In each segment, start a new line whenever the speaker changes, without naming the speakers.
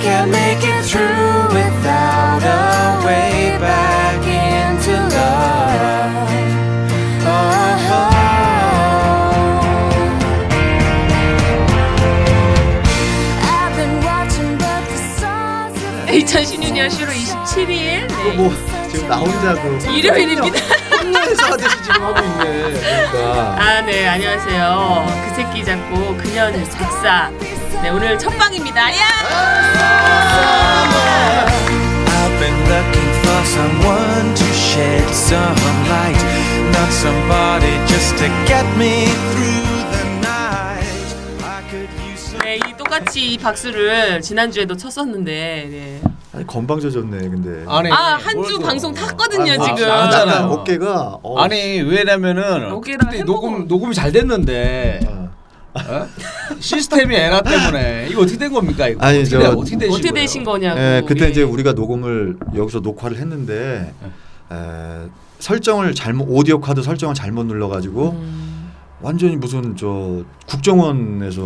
can't make it through without a way back into love. Uh-huh. Oh.
I've been watching, but the stars have
2016년 10월 27일 네.
뭐 지금 나 혼자 그
일요일입니다.
혼내서 하듯이 지금 하고 있네. 그러니까
아, 네, 안녕하세요. 그 새끼 작고 그년 작사. 네, 오늘 첫 방입니다. 야!
I've been looking for someone to shed some light, not somebody just to get me through the night. I could use some.
네, 이 똑같이 이 박수를 지난주에도 쳤었는데. 네.
아니 건방져졌네 근데.
아니,
아, 한 주
네. 뭘
방송
또.
탔거든요,
아,
지금.
나- 나-
약간
알잖아요.
어깨가 어,
아니 왜냐면은
여기랑
그때
햄버거.
녹음 녹음이 잘 됐는데
어.
어? 시스템이 에러 때문에 이거 어떻게 된 겁니까 이거
아니,
어떻게,
저-
돼- 어떻게 되신
어떻게
거예요?
되신 거냐고.
예, 그때
우리.
이제 우리가 녹음을 여기서 녹화를 했는데 에, 설정을 잘못 오디오 카드 설정을 잘못 눌러가지고 완전히 무슨 저 국정원에서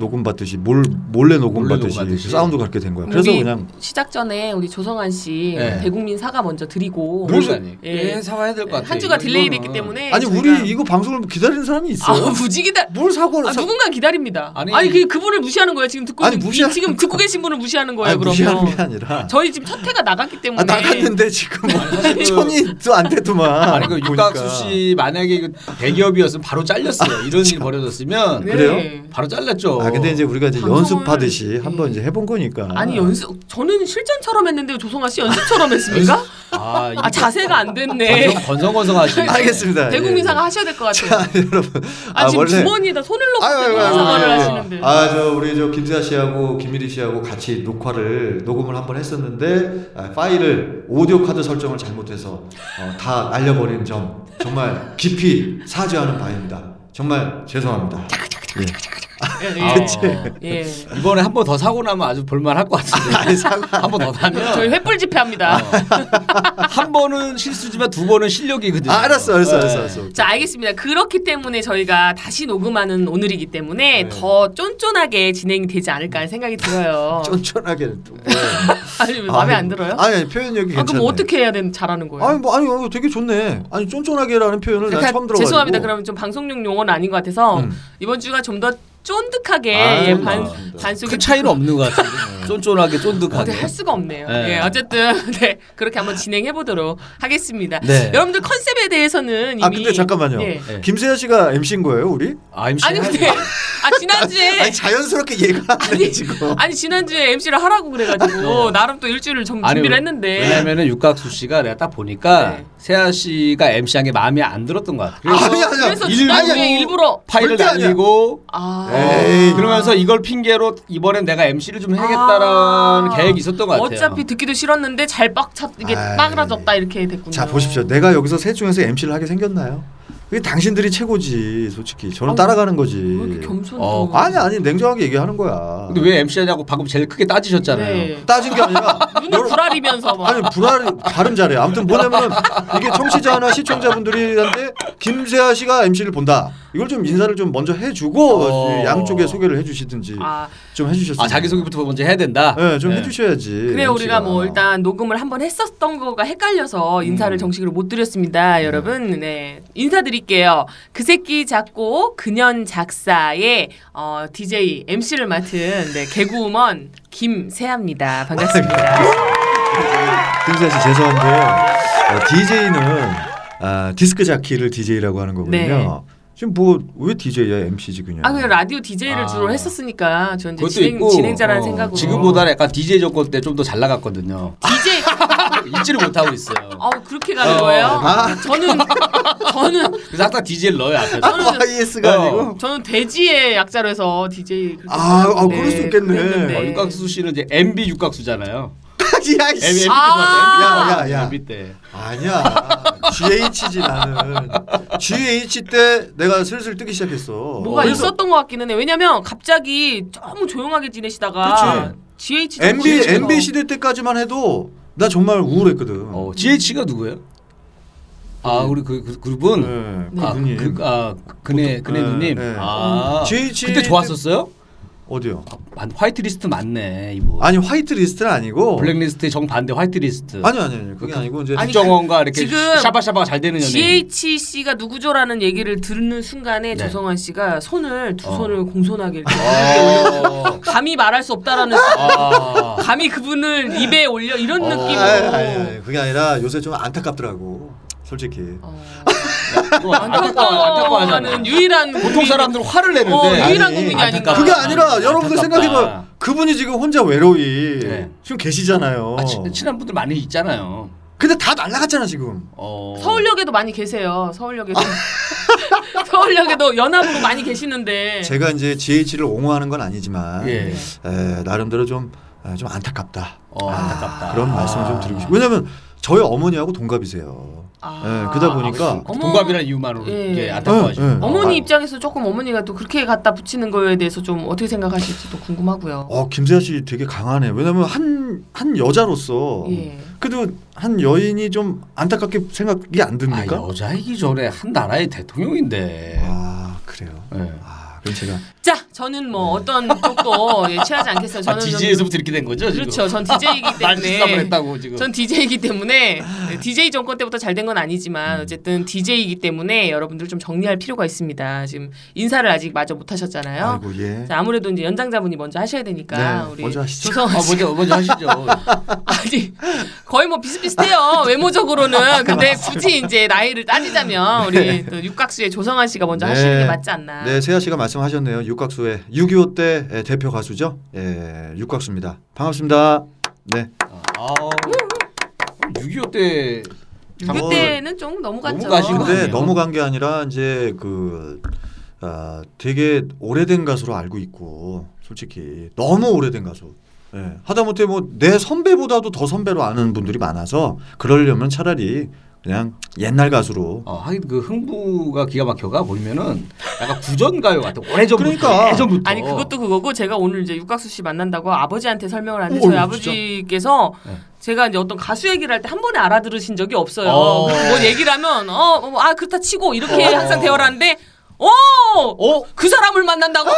녹음 받듯이 몰, 몰래 녹음
몰래 녹음
받듯이,
받듯이.
사운드 갖게 된 거야.
네. 우리
그래서 그냥
시작 전에 우리 조성환 씨
네.
대국민 사과 먼저 드리고
그러니
예.
예, 사과해야 될 것 같아
한 주가
이거-
딜레이됐기
이거는. 뭐.
때문에
아니
저희가-
우리 이거 방송을 기다리는 사람이
아
있어.
무지 기다
뭘 사고를
아,
사-
누군가 기다립니다. 아니,
아니-
그 그분을 무시하는 거예요. 지금 듣고
아니,
있는-
무시하-
지금 듣고 계신 분을 무시하는 거예요.
아니,
그러면
무시하는 게 아니라
저희 지금 첫 회가 나갔기 때문에
아, 나갔는데 지금
사실 그-
천이 또 안 되더만.
아니 그
보니까.
육각수 씨 만약에 이거 대기업이었으면 바로 잘렸어요 이런 일이 벌어졌으면
네.
그래요?
바로 잘렸죠
아 근데 이제 우리가 이제
방송을- 예.
연습하듯이 한번 이제 해본 거니까.
아니 연습 저는 실전처럼 했는데 조성아 씨 연습처럼 했습니까?
아,
아 자세가 안 됐네.
건성 건성건성 하시네
알겠습니다. 예.
대국민사가 하셔야 될 것 같아요.
여러분.
아, 지금 주머니에다 손을 넣고
아유, 아유, 아유,
대국민사과를
아유.
하시는데.
아, 저 우리 저 김수아 씨하고 김일희 씨하고 같이 녹화를 녹음을 한번 했었는데 아, 파일을 오디오 카드 설정을 잘못해서 어, 다 날려버린 점 정말 깊이 사죄하는 바입니다. 정말 죄송합니다.
예,
아,
예. 예.
이번에 한 번 더 사고 나면 아주 볼만할 것 같은데 한 번 더 나면
저희 횃불 집회합니다.
한 번은 실수지만 두 번은 실력이거든요.
아, 알았어, 알았어,
네.
알았어, 알았어.
자, 알겠습니다. 그렇기 때문에 저희가 다시 녹음하는 오늘이기 때문에
네.
더 쫀쫀하게 진행이 되지 않을까 하는 생각이 들어요.
쫀쫀하게. 또 뭐.
아니, 왜 마음에 안
아니,
들어요?
아니, 아니 표현력이
아,
괜찮네.
그럼 어떻게 해야 되는 잘하는 거예요?
아니 뭐 아니 어, 되게 좋네. 아니 쫀쫀하게라는 표현을 난
그러니까
처음 들어가지고.
죄송합니다. 그러면 좀 방송용 용어는 아닌 것 같아서
음.
이번 주가 좀 더 쫀득하게
아유,
예, 반,
맞습니다. 그
반숙이
큰 차이는 없는 것 같은데
네.
쫀쫀하게
어떻게
쫀득하게.
할 수가 없네요.
네.
예, 어쨌든 네, 그렇게 한번 진행해 보도록 하겠습니다.
네.
여러분들 컨셉에 대해서는 이미
아 근데 잠깐만요.
예.
예.
김세현 씨가 MC인 거예요, 우리?
아 MC.
아니 근데 아 지난주에
아니 자연스럽게 얘가 아니
아니,
지금. 어.
아니 지난주에 MC를 하라고 그래가지고 나름 또 일주일을 좀 준비를 했는데
왜냐면은 육각수 씨가 내가 딱 보니까
네.
세아 씨가 MC 한게 마음에 안 들었던 것 같아. 그래서
아니, 아니야.
그래서
일부-
지난주에 일부러
파일을
절대 아니야.
날리고
아
에이.
그러면서 이걸 핑계로 이번엔 내가 MC를 좀 해야겠다라는
아.
계획이 있었던 것 같아요.
어차피 듣기도 싫었는데 잘 빡쳤 이게
아이.
빠그라졌다 이렇게 됐군요.
자 보십시오. 내가 여기서 셋 중에서 MC를 하게 생겼나요? 그게 당신들이 최고지, 솔직히. 저는
아우,
따라가는
왜
거지.
이렇게 겸손해?
어,
아니 아니 냉정하게 얘기하는 거야.
근데 왜 MC 하냐고 방금 제일 크게 따지셨잖아요.
네.
따진 게 아니라
눈을 불아리면서 막.
아니 불알 발음 잘해. 아무튼 뭐냐면 이게 청취자나 시청자분들이한테 김세아 씨가 MC를 본다. 이걸 좀 인사를 좀 먼저 해주고
어.
양쪽에 소개를 해주시든지
아,
좀 해주셨으면.
아 자기 소개부터 먼저 해야 된다.
네, 좀
네.
해주셔야지.
그래
MC가.
우리가 뭐 일단 녹음을 한번 했었던 거가 헷갈려서 인사를
음.
정식으로 못 드렸습니다, 여러분. 네 인사드릴게요. 그 새끼 작고 그년 작사의 어, DJ MC를 맡은 네, 개그우먼 김세아입니다. 반갑습니다.
김세아 씨 죄송한데 어, DJ는 아, 디스크 자키를 DJ라고 하는 거거든요. 지금 뭐 왜 DJ야 MC지
네.
그냥.
아, 그냥 라디오 DJ를
아.
주로 했었으니까 저는 이제
그것도
진행,
있고
진행자라는
어,
생각으로
지금보다는 약간 DJ 조건 때 좀 더 잘 나갔거든요.
DJ
잊지를 못하고 있어요.
어 그렇게 가는
어.
거예요?
아.
저는 저는
그래서 항상 DJ를 넣어요 앞에.
저는
YS가
어.
아니고.
저는 돼지의 약자로 해서 DJ 그렇게
아, 아,
했는데
그럴 수 있겠네.
그랬는데.
어,
육각수 씨는 이제 MB 육각수잖아요.
야, 이
MB
씨.
때
아.
봤어요?
야, 야, 야.
MB 때.
아니야. GH지 나는. GH 때 내가 슬슬 뜨기 시작했어.
뭐가
그래서
있었던 것 같기는 해. 왜냐면 갑자기 너무 조용하게 지내시다가 GH 좀
MB
지내시고.
MB 시대 때까지만 해도 나 정말 우울했거든.
어, GH가 누구예요? 아 우리 그, 그 그분.
네,
아,
그분이.
그, 아 그네 그네
네,
누님.
네.
아
GH
그때 좋았었어요?
어디요?
만- 화이트리스트 맞네 이분.
아니 화이트 리스트는 아니고
블랙리스트의 정반대 화이트리스트.
아니 아니 아니 그게 아니고 이제
아니,
국정원과 이렇게
지금
샤바샤바가 잘 되는 연예인.
GHC가 누구죠라는 얘기를 듣는 순간에
네.
조성환 씨가 손을 두
어.
손을 공손하게 이렇게
어.
감히 말할 수 없다라는
아.
감히 그분을 입에 올려 이런
어.
아니,
느낌으로
아니, 아니, 그게 아니라 요새 좀 안타깝더라고 솔직히
아,
어.
이거 안타까워 안타까워하잖아.
안타까워하는 유일한
보통 사람들은 화를 내는데
어, 유일한
아니,
국민이 아닌가
안타깝다.
그게 아니라
아,
여러분들
안타깝다.
생각해봐 그분이 지금 혼자 외로이
네.
지금 계시잖아요
아, 친- 친한 분들 많이 있잖아요.
근데 다 날라갔잖아 지금
어.
서울역에도 많이 계세요. 서울역에도 서울역에도 연합으로 많이 계시는데
제가 이제 GH를 옹호하는 건 아니지만
네.
예.
에, 나름대로 좀, 에, 좀 안타깝다
어, 아. 안타깝다.
아, 그런 말씀을 좀 드리고 싶어요 왜냐면 저희 어머니하고 동갑이세요
아.
예, 그러다 보니까
어머.
동갑이라는 이유만으로
예.
이게 안타까워하죠.
예, 예.
어머니
아,
입장에서 조금 어머니가 또 그렇게 갖다 붙이는 거에 대해서 좀 어떻게 생각하실지도 궁금하고요.
어 김세아 씨 되게 강하네 왜냐면 한, 한 여자로서
예.
그래도 한 여인이 좀 안타깝게 생각이 안
아,
듭니까?
여자이기 예. 전에 한 나라의 대통령인데.
아 그래요
예.
아 그럼 제가
자, 저는 뭐 어떤 쪽도 예, 취하지 않겠어요.
아,
저는
DJ에서부터 이렇게 된 거죠? 지금?
그렇죠. 네. 전 DJ이기
날 짓담을
때문에
했다고 지금.
전 DJ이기 때문에 DJ 정권 때부터 잘 된 건 아니지만 어쨌든 DJ이기 때문에 여러분들 좀 정리할 필요가 있습니다. 지금 인사를 아직 마저 못 하셨잖아요.
아이고 예
자, 아무래도 이제 연장자분이 먼저 하셔야 되니까
네,
우리
먼저 하시죠.
아,
조성아 씨
먼저 먼저 하시죠.
아니 거의 뭐 비슷비슷해요
아,
외모적으로는 근데 굳이 이제 나이를 따지자면 우리 또 육각수의 조성환 씨가 먼저 하시는 게 맞지 않나
네, 세아 씨가 말씀하셨네요. 육각수의 6.25때 예, 대표 가수죠. 예, 육각수입니다. 반갑습니다. 네.
아, 6.25때
유교 때는 좀 넘어갔죠
너무 가신
근데
아니에요.
너무 간 게 아니라 이제 그 아, 되게 오래된 가수로 알고 있고 솔직히 너무 오래된 가수. 예. 하다못해 뭐 내 선배보다도 더 선배로 아는 분들이 많아서 그러려면 차라리 그냥 옛날 가수로
어, 하긴 그 흥부가 기가 막혀가 보면은 약간 구전 가요 같아. 오래전부터
그러니까.
예전부터.
아니 그것도 그거고 제가 오늘 이제 육각수 씨 만난다고 아버지한테 설명을 하는데
어,
저희
오, 진짜?
아버지께서
네.
제가 이제 어떤 가수 얘기를 할 때 한 번에 알아들으신 적이 없어요.
어.
네.
뭐 얘기를 하면 어 아 그렇다 치고 이렇게
어.
항상 대화를 하는데 오
어?
그 사람을 만난다고?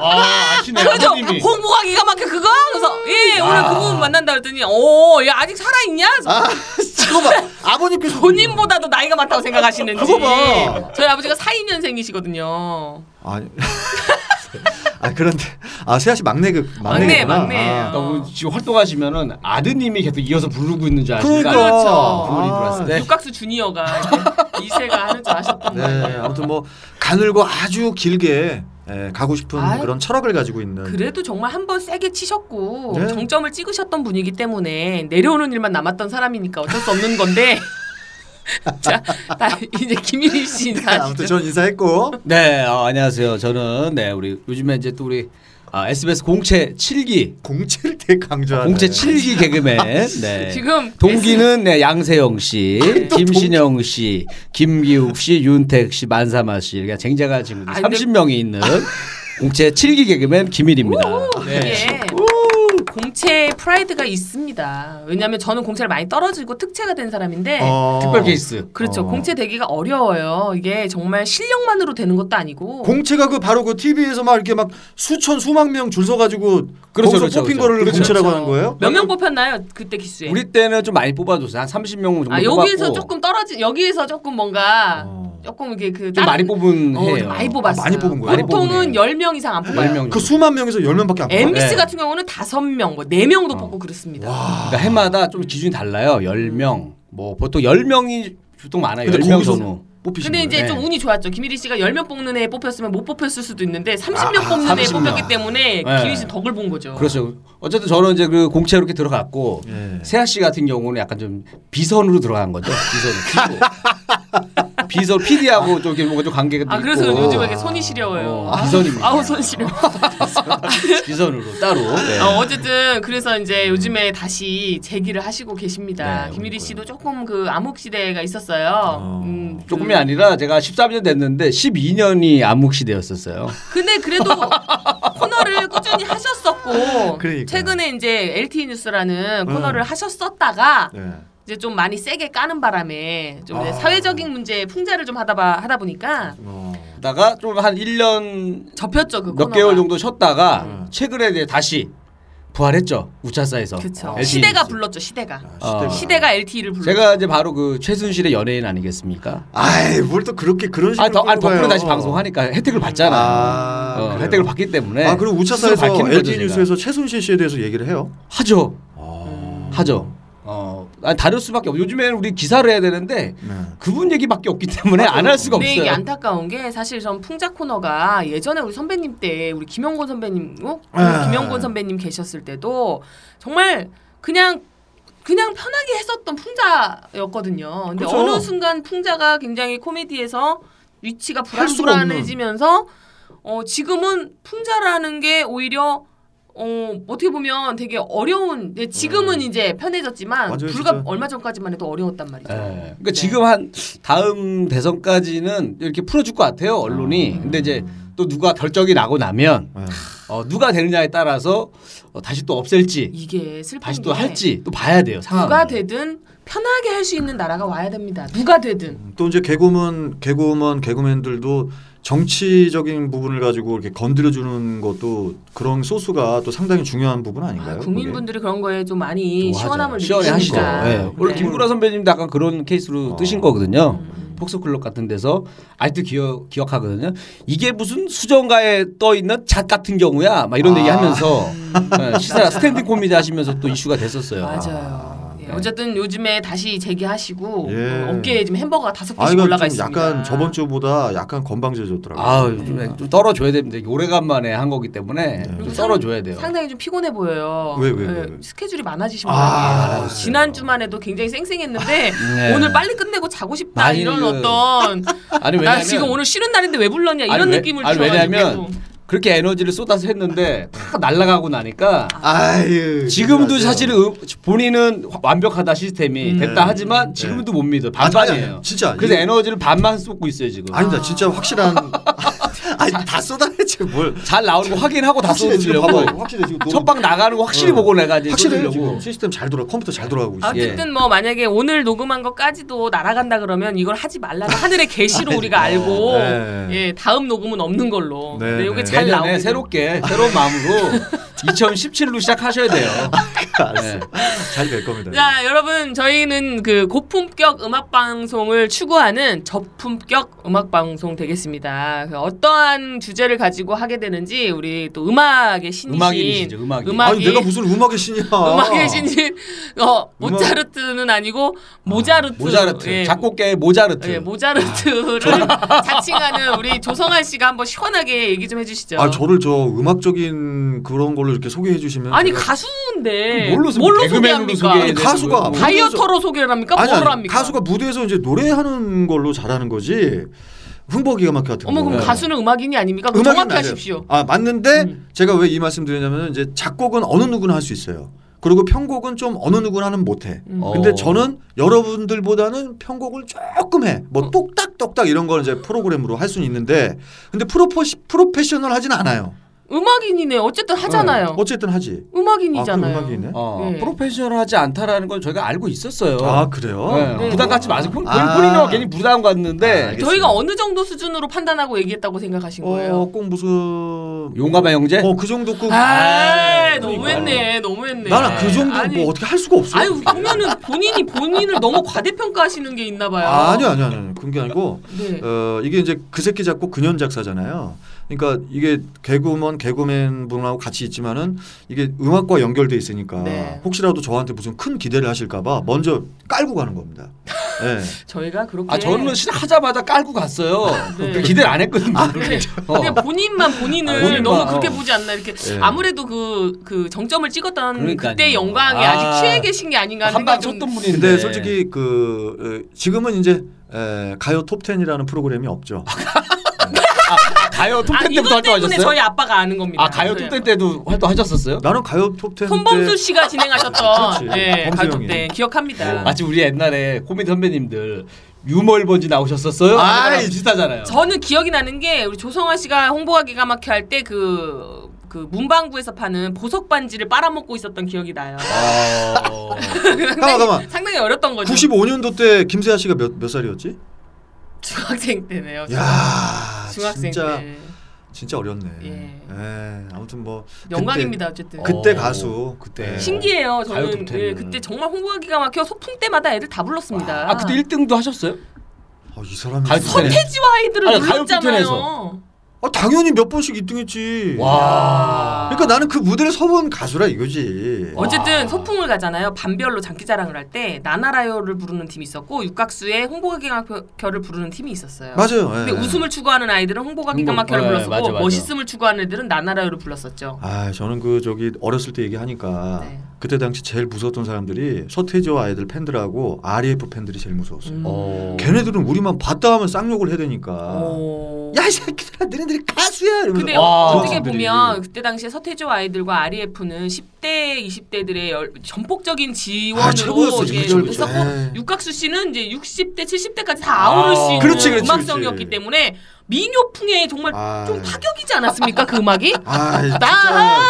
아, 아시네.
그래서
아버님이.
홍보가 기가 막혀 그거? 그래서 예 오늘
아.
그분 만난다 그랬더니 오야 아직 살아있냐? 그래서
아, 그거 봐. 아버님께서
본인보다도 나이가 많다고 생각하시는지
그거 봐.
저희 아버지가 42년생이시거든요
아니. 아 그런데 아 세아 씨 막내 그
막내,
막내구나.
막내예요.
아.
그러니까 우리 지금 활동하시면은 아드님이 계속 이어서 부르고 있는 줄 아시니까.
그러니까.
그렇죠.
부모님 들어왔을 때.
육각수 주니어가 이세가 하는 줄 아셨던
네, 아무튼 뭐 가늘고 아주 길게 예, 가고 싶은
아이.
그런 철학을 가지고 있는
그래도 정말 한 번 세게 치셨고
네.
정점을 찍으셨던 분이기 때문에 내려오는 일만 남았던 사람이니까 어쩔 수 없는 건데 자, 나 이제 김일희 씨
네. 아무튼
인사하시죠.
전 인사했고
네, 어, 안녕하세요. 저는 네, 우리 요즘에 이제 또 우리 아, SBS 공채 7기
공채를 되게 아, 강조하네.
아, 공채 7기 개그맨. 네.
지금
동기는 네, 양세형 씨,
또
김신영 씨, 김기욱 씨, 윤택 씨, 만사마 씨. 그러니까 쟁자가 지금
아니,
30명이 있는 공채 7기 개그맨 김일입니다. 네.
네.
이게 예. 공채 프라이드가 있습니다. 왜냐하면 저는 공채를 많이 떨어지고 특채가 된 사람인데
어.
특별 케이스.
그렇죠.
어.
공채 되기가 어려워요. 이게 정말 실력만으로 되는 것도 아니고
공채가 그 바로 그 TV에서 막 이렇게 막 수천 수만 명 줄 서가지고 거기서
그렇죠, 그렇죠,
뽑힌
그렇죠.
거를
그렇죠.
공채라고 하는 거예요?
몇 명 뽑혔나요? 그때 기수에.
우리 때는 좀 많이 뽑아줬어요. 한 30명 정도
네. 아
뽑았고.
여기에서 조금 떨어진 여기에서 조금 뭔가
어.
조금 이게 그
좀 많이 뽑은
어,
해요.
좀 많이 뽑았어요.
아, 많이 뽑은 거예요?
보통은
많이 뽑은
10명 이상 안 뽑아요.
10명
그
정도.
수만 명에서 열 명밖에 안 뽑아요.
MBC
네. 아.
같은 경우는 5명, 뭐 4명도 뽑고 그렇습니다.
그러니까 해마다 좀 기준이 달라요. 10명. 뭐 보통 10명이 보통 많아요.
근데
10명
거기서
전후.
뽑히신
근데 이제
네.
좀 운이 좋았죠. 김일희 씨가 10명 뽑는 애에 뽑혔으면 못 뽑혔을 수도 있는데 30명 뽑는 애에
아, 30명.
뽑혔기 때문에
네.
김일희 씨는 덕을 본 거죠.
그렇죠. 어쨌든 저는 이제 그 공채로 이렇게 들어갔고
아. 예.
세아 씨 같은 경우는 약간 좀 비선으로 들어간 거죠. 비선으로. 피고. 비선 PD하고 좀 이렇게 뭔가 좀 관계가
아, 그래서
있고.
요즘에 이게 손이 시려워요.
어, 비선입니다.
아우, 손 시려.
아, 비선으로 따로. 네.
어, 어쨌든 그래서 이제 요즘에 다시 재기를 하시고 계십니다.
네,
김일희
그러니까요.
씨도 조금 그 암흑 시대가 있었어요. 음, 그-
조금이 아니라 제가 13년 됐는데 12년이 암흑 시대였었어요.
근데 그래도 코너를 꾸준히 하셨었고
그러니까요. 음.
최근에 이제 LTE 뉴스라는 코너를 하셨었다가
예.
이제 좀 많이 세게 까는 바람에 좀 이제
아.
사회적인 문제 에 풍자를 좀 하다 봐 하다 보니까
어.
갔다가 좀 한 1년
접혔죠 그
몇
코너가.
개월 정도 쉬었다가
음.
최근에 이제 다시 부활했죠. 우차사에서.
그쵸.
LTE.
시대가 불렀죠 시대가.
아.
시대가 LTE를 불렀죠.
제가 이제 바로 그 최순실의 연예인 아니겠습니까?
아이 뭘 또 그렇게 그런 식으로
아, 더, 아,
보는 거예요.
덕분에 다시 방송하니까 혜택을 받잖아.
아,
어,
그래요?
혜택을 받기 때문에.
아 그리고
스스로
우차사에서
밝히는 거죠,
LG
제가.
뉴스에서 최순실 씨에 대해서 얘기를 해요.
하죠. 하죠.
음.
어, 아니, 다룰 수밖에 없. 요즘에는 우리 기사를 해야 되는데
네.
그분 얘기밖에 없기 때문에 안 할 수가
근데 이게
없어요.
안타까운 게 사실 전 풍자 코너가 예전에 우리 선배님 때 우리 김영곤 선배님, 어?
아.
김영곤 선배님 계셨을 때도 정말 그냥 그냥 편하게 했었던 풍자였거든요. 근데
그쵸.
어느 순간 풍자가 굉장히 코미디에서 위치가
할 수가 없는.
불안불안해지면서 어, 지금은 풍자라는 게 오히려 어, 어떻게 보면 되게 어려운 근데 지금은 이제 편해졌지만
음. 맞아요,
불과
진짜.
얼마 전까지만 해도 어려웠단 말이죠.
예. 그러니까
네.
지금 한 다음 대선까지는 이렇게 풀어줄 것 같아요 언론이. 근데 이제 또 누가 결정이 나고 나면
네.
어, 누가 되느냐에 따라서 어, 다시 또 없앨지
이게 슬픈
다시
게
또 할지 또 봐야 돼요 상황.
누가 되든 편하게 할 수 있는 나라가 와야 됩니다. 누가
음,
되든.
또 이제 개그맨 개그맨 개그맨들도 정치적인 부분을 가지고 이렇게 건드려주는 것도 그런 소스가 또 상당히 중요한 부분
네,
아닌가요?
아, 국민분들이 그런 거에 좀 많이 시원함을
시원해 하시죠.
느끼시니까. 네.
예. 원래 김구라 선배님도 약간 그런 케이스로
어.
뜨신 거거든요.
음.
폭스클럽 같은 데서 아직도 기억 기억하거든요. 이게 무슨 수정가에 떠 있는 잣 같은 경우야. 막 이런
아.
얘기하면서 예, 시사 스탠딩 코미디 하시면서 또 이슈가 됐었어요. 네.
맞아요. 예, 어쨌든 요즘에 다시 재개하시고
예.
어, 어깨에 지금 햄버거가 다섯
아
개씩
이거
올라가
좀
있습니다.
약간 저번 주보다 약간 건방져졌더라고요.
아, 좀, 좀 떨어줘야 됩니다. 이게 오래간만에 한 거기 때문에
네.
좀
그리고
떨어줘야 돼요.
상당히 좀 피곤해 보여요.
왜, 왜, 왜,
예,
왜?
스케줄이 많아지신
아,
분이에요.
알았어요.
지난 주만 해도 굉장히 쌩쌩했는데
네.
오늘 빨리 끝내고 자고 싶다
아니,
이런
그-
어떤
아니
나
왜냐면
지금 오늘 쉬는 날인데 왜 불렀냐 이런
아니, 왜-
느낌을
아니,
주셔가지고.
왜냐면 그렇게 에너지를 쏟아서 했는데 다 날아가고 나니까
아유
지금도
그러지
사실은
마세요.
음- 본인은 화- 완벽하다 시스템이 됐다 하지만 지금도 못 믿어
음. 네. 아니,
반반이에요.
아니, 진짜.
그래서
이-
에너지를 반만 쏟고 있어요 지금.
아닙니다. 진짜 확실한 아니 다 쏟아내지 뭘
잘 나오는 거 확인하고 다
확실해 지금
쏟으려고.
봐봐 확실해 지금 너무-
첫방 나가는 거 확실히
어.
보고 내가 이제
확실해
쏟으려고.
지금 시스템 잘 돌아 컴퓨터 잘 돌아가고 있어.
예.
어쨌든 뭐 만약에 오늘 녹음한 것까지도 날아간다 그러면 이걸 하지 말라는 하늘의 계시로 우리가 알고
네.
예 다음 녹음은 없는 걸로
네,
근데 이게
네.
잘
내년에
나오고
새롭게 새로운 마음으로 2017로 시작하셔야 돼요. 네.
잘될 겁니다.
자 여러분 저희는 그 고품격 음악 방송을 추구하는 저품격 음악 방송 되겠습니다. 그 어떠한 주제를 가지고 하게 되는지 우리 또 음악의 신이신
음악인이시죠, 음악인.
아니 내가 무슨 아. 음악의 신이야.
음악의 신인 어 모차르트는 아니고 모자르트
모자르트
예,
작곡계 모자르트.
네.
예, 모자르트를 자칭하는 우리 조성한 씨가 한번 시원하게 얘기 좀 해주시죠.
아 저를 저 음악적인 그런 걸로 이렇게 소개해 주시면
니
제가-
가수인데
뭘로 소- 개그맨으로
예. 소개합니까?
소개해야
아니,
되는
가수가
거고.
다-
다이어터로 소개를 합니까?
아니,
그러니까 뭐로
아니,
합니까?
가수가 무대에서 이제 노래하는 걸로 잘하는 거지 흥보기가 막혀 같은
어머
거.
그럼
네.
가수는 음악인이 아닙니까? 그럼
음악은
정확히
맞아요.
하십시오. 음.
아 맞는데 제가 왜 이 말씀 드리냐면 이제 작곡은 어느 누구나 할 수 있어요. 그리고 편곡은 좀 어느 누구나는 못해.
음.
근데
어.
저는 여러분들보다는 편곡을 조금 해.
어.
뭐 똑딱 똑딱 이런 걸 이제 프로그램으로 할 수는 있는데 근데 프로포시, 프로페셔널 하진 않아요.
음악인이네. 어쨌든 하잖아요.
네. 어쨌든 하지.
음악인이잖아요.
아, 그 음악이네.
어,
네.
프로페셔널하지 않다라는 건 저희가 알고 있었어요.
아 그래요?
네.
네.
부담 갖지 마세요. 본- 본-
아.
본인은 괜히 부담
아,
갖는데
알겠습니다.
저희가 어느 정도 수준으로 판단하고 얘기했다고 생각하신 거예요?
어, 꼭 무슨
용감한 형제.
어, 그 정도 꼭
아,
아,
너무했네, 너무했네.
나는 그 정도
아니,
뭐 어떻게 할 수가 없어.
아유 보면은 본인이 본인을 너무 과대평가하시는 게 있나봐요.
아니요, 아니요, 아니요. 그런 게 아니고
네.
어, 이게 이제 그 새끼 작곡 근현 작사잖아요. 그러니까 이게 개그먼 개그맨 분하고 같이 있지만은 이게 음악과 연결돼 있으니까
네.
혹시라도 저한테 무슨 큰 기대를 하실까봐 먼저 깔고 가는 겁니다. 예.
저희가 그렇게
아 저는 시작하자마자 깔고 갔어요. 그
네.
기대를 안 했거든요.
근데,
어.
근데 네. 본인만 본인을
아, 본인만,
너무 그렇게
어.
보지 않나 이렇게
예.
아무래도 그, 그 정점을 찍었던
그러니까요.
그때 영광에
아.
아, 직 취해 계신 게 아닌가 하는
한방
생각이 좀-
쳤던 분인데.
근데
네.
솔직히 그 어, 지금은 이제 에, 가요 톱 10이라는 프로그램이 없죠.
아, 가요
아,
톱텐 때부터
이것 때문에
활동하셨어요?
저희 아빠가 아는 겁니다. 네.
아 가요
저희
톱텐 때도 활동하셨었어요?
나는 가요 톱 10.
손범수 씨가 진행하셨던
그렇지.
아,
예,
범수
가족
형이.
때 기억합니다. 아,
마치 우리 옛날에 코미디 선배님들 유머 일번지 나오셨었어요?
아이,
그거랑 비슷하잖아요.
저는 기억이 나는 게 우리 조성아 씨가 홍보가 기가 막혀 할 때 그 그 문방구에서 파는 보석 반지를 빨아먹고 있었던 기억이 나요.
어...
상당히,
잠깐만.
상당히 어렸던 거죠.
95년도 때 김세아 씨가 몇, 몇 살이었지?
중학생 때네요.
야,
중학생들.
진짜 진짜 어렵네.
예.
예. 아무튼 뭐
영광입니다 어쨌든.
그때, 그때
어,
가수 그때
신기해요.
가요
저는
독태는.
예, 그때 정말 홍보가 기가 막혀 소풍 때마다 애들 다 불렀습니다.
아 그때 1등도 하셨어요?
어, 이 사람이
가수 네.
진짜-
선택!
태지와 아이들을
아니, 가요
불렀잖아요.
빅텐에서.
아, 당연히 몇 번씩 2등했지.
와.
그러니까 나는 그 무대를 서본 가수라 이거지.
와.
어쨌든 소풍을 가잖아요. 반별로 장기자랑을 할 때 나나라요를 부르는 팀이 있었고 육각수의 홍보가 기가 막혀를 부르는 팀이 있었어요.
맞아요. 예.
근데 웃음을 추구하는 아이들은 홍보가 기가
네. 홍보,
막혀를
예,
불렀었고
맞아, 맞아.
멋있음을 추구하는 애들은 나나라요를 불렀었죠.
아, 저는 그 저기 어렸을 때 얘기하니까
네.
그때 당시 제일 무서웠던 사람들이 서태지와 아이들 팬들하고 RF 팬들이 제일 무서웠어요.
음.
어.
걔네들은 우리만 봤다 하면 쌍욕을
아.
해대니까.
오.
야 이 새끼들아, 너네들이 가수야.
어.
이러면서 아,
근데
와,
어떻게
중학생들이.
보면 그때 당시에 서태지와 아이들과 E REF는 10대, 20대들의 열, 전폭적인 지원으로
아, 최고였어요,
이제
그렇죠, 그렇죠.
했었고
네.
육각수 씨는 이제 60대, 70대까지 다 아우를 수 있는
그렇지, 그렇지,
음악성이었기
그렇지.
때문에 민요풍에 정말
아.
좀 파격이지 않았습니까 그 음악이?
아, 진짜.
나하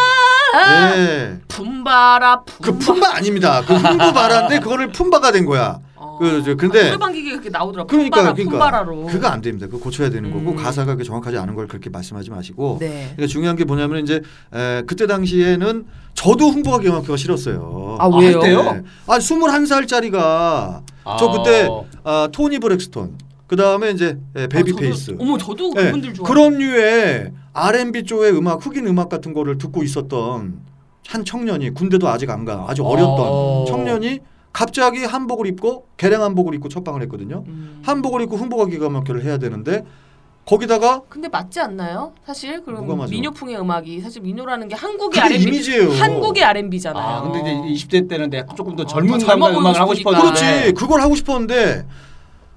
예.
품바라 품바.
그 품바 아닙니다. 그 흥부바라인데 그거를 품바가 된 거야.
어.
그, 저, 근데-
아, 노래방 기계 그렇게 나오더라.
그러니까
품바라
그러니까
품바라로.
그거 안 됩니다. 그거 고쳐야 되는 거고
음.
가사가 그렇게 정확하지 않은 걸 그렇게 말씀하지 마시고.
네.
그러니까 중요한 게 뭐냐면 이제 에, 그때 당시에는 저도 흥부가 경악기가 싫었어요.
아, 왜요?
그때요?
네. 아 21살짜리가 저
아.
그때 아, 토니 브렉스톤 그 다음에 이제 에, 베이비
아, 저도-
페이스
어머 저도
예,
그분들 좋아.
그런 류의 R&B 쪽의 음악, 흑인 음악 같은 거를 듣고 있었던 한 청년이 군대도 아직 안 가, 아주 어렸던
어.
청년이 갑자기 한복을 입고 개량 한복을 입고 첫방을 했거든요.
음.
한복을 입고 흥보가 기가 막혀를 해야 되는데 거기다가
근데 맞지 않나요? 사실 그럼
뭐가 맞아?
민요풍의 음악이 사실 민요라는 게 한국의
그게
R&B
이미지예요.
한국의 R&B잖아요.
아 근데 이제 20대 때는 내가 조금 더
어,
젊은
더 젊어
감각 음악을 하고
보이고
싶었는데
그렇지. 그걸 하고 싶었는데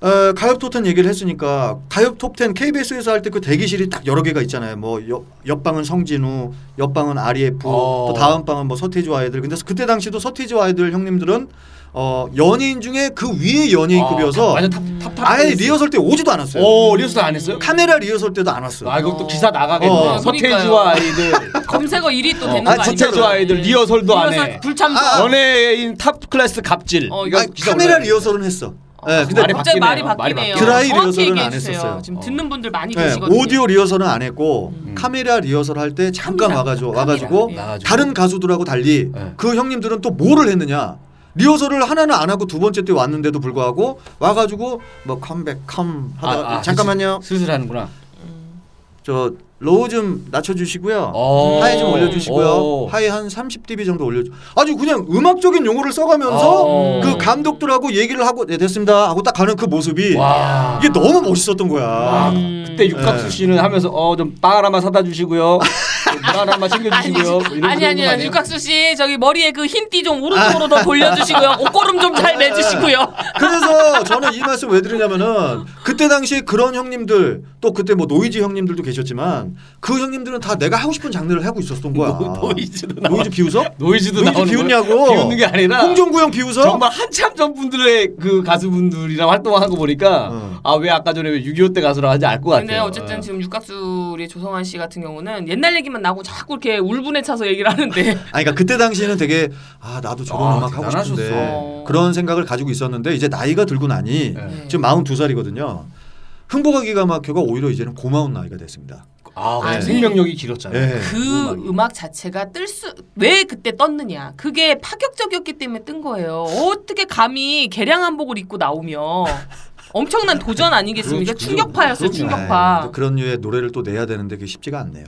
에, 가요 톱텐 얘기를 했으니까 가요 톱텐 KBS에서 할 때 그 대기실이 딱 여러 개가 있잖아요. 뭐 옆, 옆방은 성진우, 옆방은 REF,
어.
또 다음 방은 뭐 서태지와 아이들. 근데 그때 당시도 서태지와 아이들 형님들은 어, 연예인 중에 그 위에
아,
연예인급이어서
완전 탑탑탑
아예 리허설 때 오지도 않았어요.
오 리허설 안 했어요?
카메라 리허설 때도 안 왔어요.
아 이거
어.
또 기사 나가겠네
어.
서태지와 아이들
검색어 1위 또
어,
되는
아,
거 아니에요? 예.
진짜죠.
서태지와 아이들 리허설도 안
리허설
해.
불참도.
아,
아,
연예인 탑 클래스 갑질.
어, 이거
아니,
기사
카메라
올라가네.
리허설은 했어.
아,
예, 근데
말이
갑자기 말이
바뀌네요. 말이
바뀌네요.
바뀌-
드라이
정확히
리허설은 안
얘기해주세요.
했었어요.
지금
어.
듣는 분들 많이
네,
계시거든요.
오디오 리허설은 안 했고
음.
카메라 리허설 할 때 잠깐
카메라,
와가지고
카메라.
와가지고
예.
나가지고.
다른 가수들하고 달리
예.
그 형님들은 또 뭐를 했느냐 리허설을 하나는 안 하고 두 번째 때 왔는데도 불구하고 와가지고 뭐 컴백 컴 하다가
아, 아,
잠깐만요
그치. 슬슬 하는구나.
저 로우 좀 낮춰주시고요
어.
하이 좀 올려주시고요
어.
하이 한 30dB 정도 올려주 아주 그냥 음악적인 용어를 써가면서
어.
그 감독들하고 얘기를 하고 네 됐습니다 하고 딱 가는 그 모습이
와.
이게 너무 멋있었던 거야
아,
음.
그때 육각수
예.
씨는 하면서 어좀빵 하나만 사다 주시고요. 물 하나만 챙겨 주시고요. 뭐
아니 아니 아니 육각수 씨 저기 머리에 그 흰 띠 좀 오른쪽으로 더 돌려주시고요. 옷걸음 좀
아,
잘 내주시고요.
그래서 저는 이 말씀 왜 드리냐면은 그때 당시에 그런 형님들 또 그때 뭐 노이즈 형님들도 계셨지만 그 형님들은 다 내가 하고 싶은 장르를 하고 있었던 거야.
노- 노이즈도 나와.
노이즈 비웃어?
노이즈도
노이즈
나오는
비웃냐고?
거예요? 비웃는 게 아니라
홍종구 형 비웃어?
정말 한참 전 분들의 그 가수분들이랑 활동하고 보니까
어.
아 왜 아까 전에 6.25때 가수라 하는지 알 것 같아요.
근데 어쨌든 지금 육각수 우리 조성환 씨 같은 경우는 옛날 얘기만 나고 자꾸 이렇게 울분에 차서 얘기를 하는데
아니 그러니까 그때 당시에는 되게 아 나도 저런
아,
음악 하고 싶은데
대단하셨어.
그런 생각을 가지고 있었는데 이제 나이가 들고 나니
예.
지금 42살이거든요. 흥보가 기가 막혀가 오히려 이제는 고마운 나이가 됐습니다.
아
아니.
생명력이 길었잖아요.
예.
그 음악 자체가 뜰 수 왜 그때 떴느냐 그게 파격적이었기 때문에 뜬 거예요 어떻게 감히 개량 한복을 입고 나오며 엄청난 도전 아니겠습니까
그렇죠. 네,
충격파였어요
그럼요.
아이, 또
충격파
네. 그런 류의 노래를 또 내야 되는데 그게 쉽지가 않네요.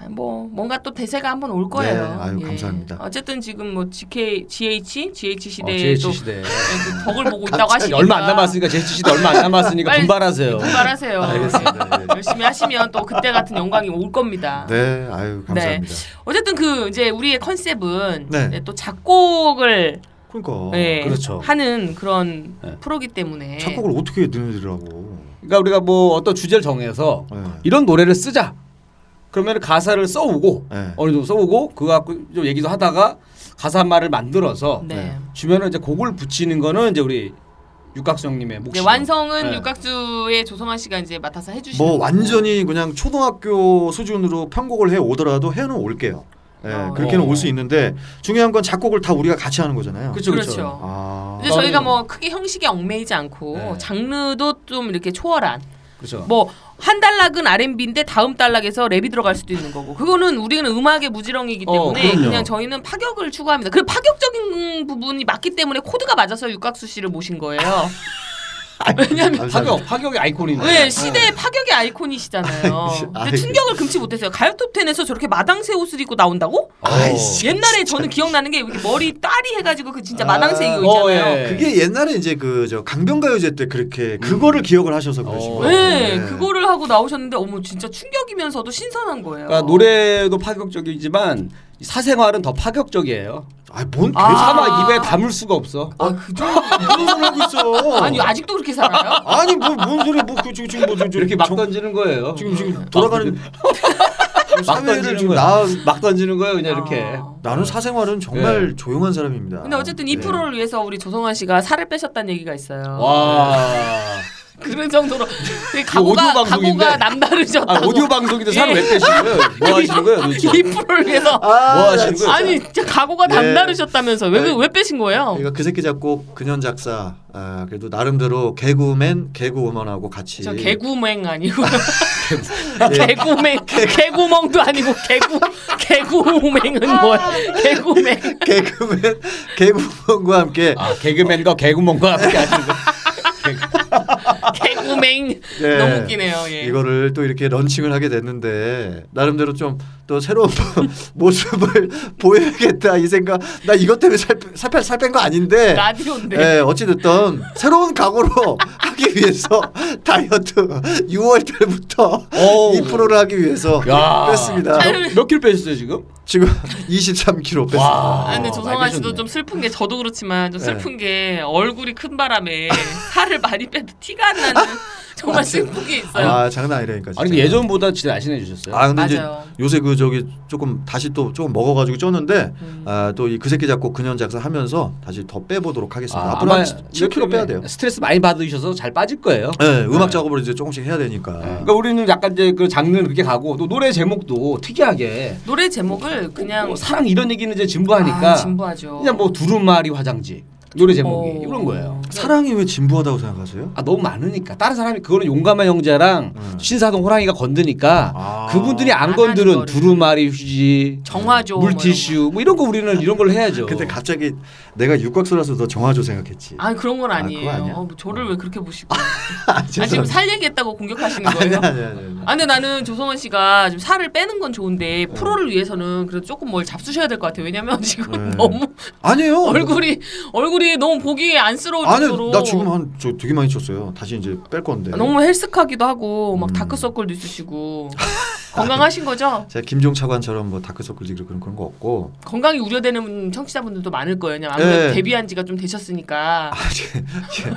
아, 뭐 뭔가 또 대세가 한번 올 거예요
네, 아유, 감사합니다.
어쨌든 지금 뭐 GK, GH, GH
어,
시대에
JH
또
시대.
그 덕을 보고 있다고 하시니까
얼마 안 남았으니까 JH 시대 얼마 안 남았으니까
빨리
분발하세요.
분발하세요
알겠습니다.
네.
예.
열심히 하시면 또 그때 같은 영광이 올 겁니다
네, 아유 감사합니다.
어쨌든 그 이제 우리의 컨셉은
네.
이제 또 작곡을
그러니까
예,
그렇죠.
하는 그런
네.
프로기 때문에
작곡을 어떻게 너네들하고?
그러니까 우리가 뭐 어떤 주제를 정해서
네.
이런 노래를 쓰자. 그러면 가사를 써오고
네.
어느 정도 써오고 그거 갖고 좀 얘기도 하다가 가사 한 말을 만들어서
네.
주면은 이제 곡을 붙이는 거는 이제 우리 육각수 형님의 몫이
이제 완성은
네.
육각수의 조성환 씨가 이제 맡아서 해주시는
뭐
거고.
완전히 그냥 초등학교 수준으로 편곡을 해 오더라도 해는 올게요. 예,
어.
그렇게는 올 수 있는데 중요한 건 작곡을 다 우리가 같이 하는 거잖아요.
그렇죠
그렇죠.
그렇죠.
아,
이제 저희가 뭐 크게 형식에 얽매이지 않고
네.
장르도 좀 이렇게 초월한
그렇죠.
뭐 한 단락은 R&B인데 다음 단락에서 랩이 들어갈 수도 있는 거고 그거는 우리는 음악의 무지렁이기
어,
때문에
그럼요.
그냥 저희는 파격을 추구합니다. 그 파격적인 부분이 맞기 때문에 코드가 맞아서 육각수 씨를 모신 거예요.
왜냐면
파격 파격의 네. 아이콘인데.
왜 시대의 파격의 아이콘이시잖아요.
아이씨,
근데
아이씨.
충격을 금치 못했어요. 가요톱텐에서 저렇게 마당새 옷을 입고 나온다고?
어.
아이씨.
옛날에 저는 기억나는 게 이렇게 머리 딸이 해가지고 그 진짜
아,
마당새 이거
어,
있잖아요. 네,
예.
그게 옛날에 이제 그 저 강변가요제 때 그렇게 그거를 기억을 하셔서 그러신
어.
거예요.
네, 그거를 하고 나오셨는데 어머 진짜 충격이면서도 신선한 거예요.
그러니까 노래도 파격적이지만 이 사생활은 더 파격적이에요.
아뭔
아.
그 차마 입에 담을 수가 없어.
아그 정도.
개소리 하고 있어.
아니 아직도 그렇게 살아요?
아니 뭐뭔 소리야 뭐 그, 지금 지금 뭐 저- 저-
이렇게 막
정-
던지는 거예요.
지금 지금 돌아가는
막
사회를
던지는
지금
거야.
나
막 던지는 거예요, 그냥 이렇게.
아.
나는 사생활은 정말
네.
조용한 사람입니다.
아,
근데 어쨌든 이
네.
프로를 위해서 우리 조성환 씨가 살을 빼셨다는 얘기가 있어요.
와.
그런 정도로 되게
오디오
각오가
방송인데.
각오가 남다르셨다고.
아, 오디오 방송인데 살을 왜 빼시는 거예요? 뭐 하시는 거예요, 도대체?
이 프로를 위해서
아,
뭐 하시는 거예요?
아니 진짜 각오가
네.
남다르셨다면서 왜 왜
네.
빼신 거예요?
그러니까 그 새끼 작곡 근현 작사 아, 그래도 나름대로 개그맨 개그우먼하고 같이
저
예.
개구맹 아니고
예.
개구맹 개구멍도 아니고 개구 개구맹은 뭐야? 개구맹
개그맨 개그우먼과 함께
아, 개그맨과 개구멍과 함께 하시는 거예요.
개구맹
네.
너무 웃기네요. 예.
이거를 또 이렇게 런칭을 하게 됐는데 나름대로 좀 또 새로운 모습을 보여야겠다 이 생각 나 이것 때문에 살살뺀거 아닌데
네.
라디오인데.
예, 어찌됐든 새로운 각오로 하기 위해서 다이어트 6월 달부터
어우.
이 프로를 하기 위해서
야.
뺐습니다.
몇 킬로 빼셨어요, 지금?
지금 23kg 뺐습니다.
와.
아, 근데 조성아
많이
씨도
드셨네.
좀 슬픈 게 저도 그렇지만
예.
좀 슬픈 게 얼굴이 큰 바람에 살을 많이 빼도 티가 안 나는 정말 슬픈 게 있어요.
아 장난 아니라니까. 진짜.
네. 아니, 근데 예전보다 진짜 날씬해지셨어요.
아 근데
맞아요.
이제 요새 그 저기 조금 다시 또 조금 먹어가지고 쪘는데
음.
아, 또 이 그새끼 잡고 근현 작사 하면서 다시 더 빼보도록 하겠습니다. 앞으로
아마
한 7kg 빼야 돼요.
스트레스 많이 받으셔서 잘 빠질 거예요.
네, 음악 작업을 이제 조금씩 해야 되니까.
그러니까 우리는 약간 이제 그 장르는 그렇게 가고 또 노래 제목도 특이하게
노래 제목을 그냥
뭐 사랑 이런 얘기는 이제 진부하니까
아, 진부하죠.
그냥 뭐 두루마리 화장지 노래 제목이 뭐
어.
이런 거예요.
사랑이 왜 진부하다고 생각하세요?
아 너무 많으니까 다른 사람이 그거는 용감한 형제랑
음.
신사동 호랑이가 건드니까
아.
그분들이
안
안
하는
건드는
거를.
두루마리 휴지,
정화조 뭐 이런
물티슈 뭐 이런 거 우리는 이런 걸 해야죠.
근데 갑자기 내가 육각수라서 더 정화조 생각했지.
거. 아니 그런 건
아,
아니에요.
그거 아니야?
어, 뭐 저를 왜 그렇게 보시고?
아,
아, 지금
죄송합니다.
살 얘기했다고 공격하시는 거예요?
아니, 아니, 아니, 아니.
아 근데 나는 조성원 씨가 지금 살을 빼는 건 좋은데
음.
프로를 위해서는 그래도 조금 뭘 잡수셔야 될 것 같아요. 왜냐면 지금
네.
너무
아니에요.
얼굴이 얼굴이 너무 보기에 안쓰러울
아니
정도로 아,
나 지금 한 저 되게 많이 쳤어요. 다시 이제 뺄 건데.
너무 헬스카기도 하고
음.
막 다크서클도 있으시고 건강하신 거죠?
제가 김종차관처럼 뭐 다크서클 지그리 그런 그런 거 없고
건강이 우려되는 청취자분들도 많을 거예요. 왜냐면 아무래도
네.
데뷔한 지가 좀 되셨으니까
아, 제- 제-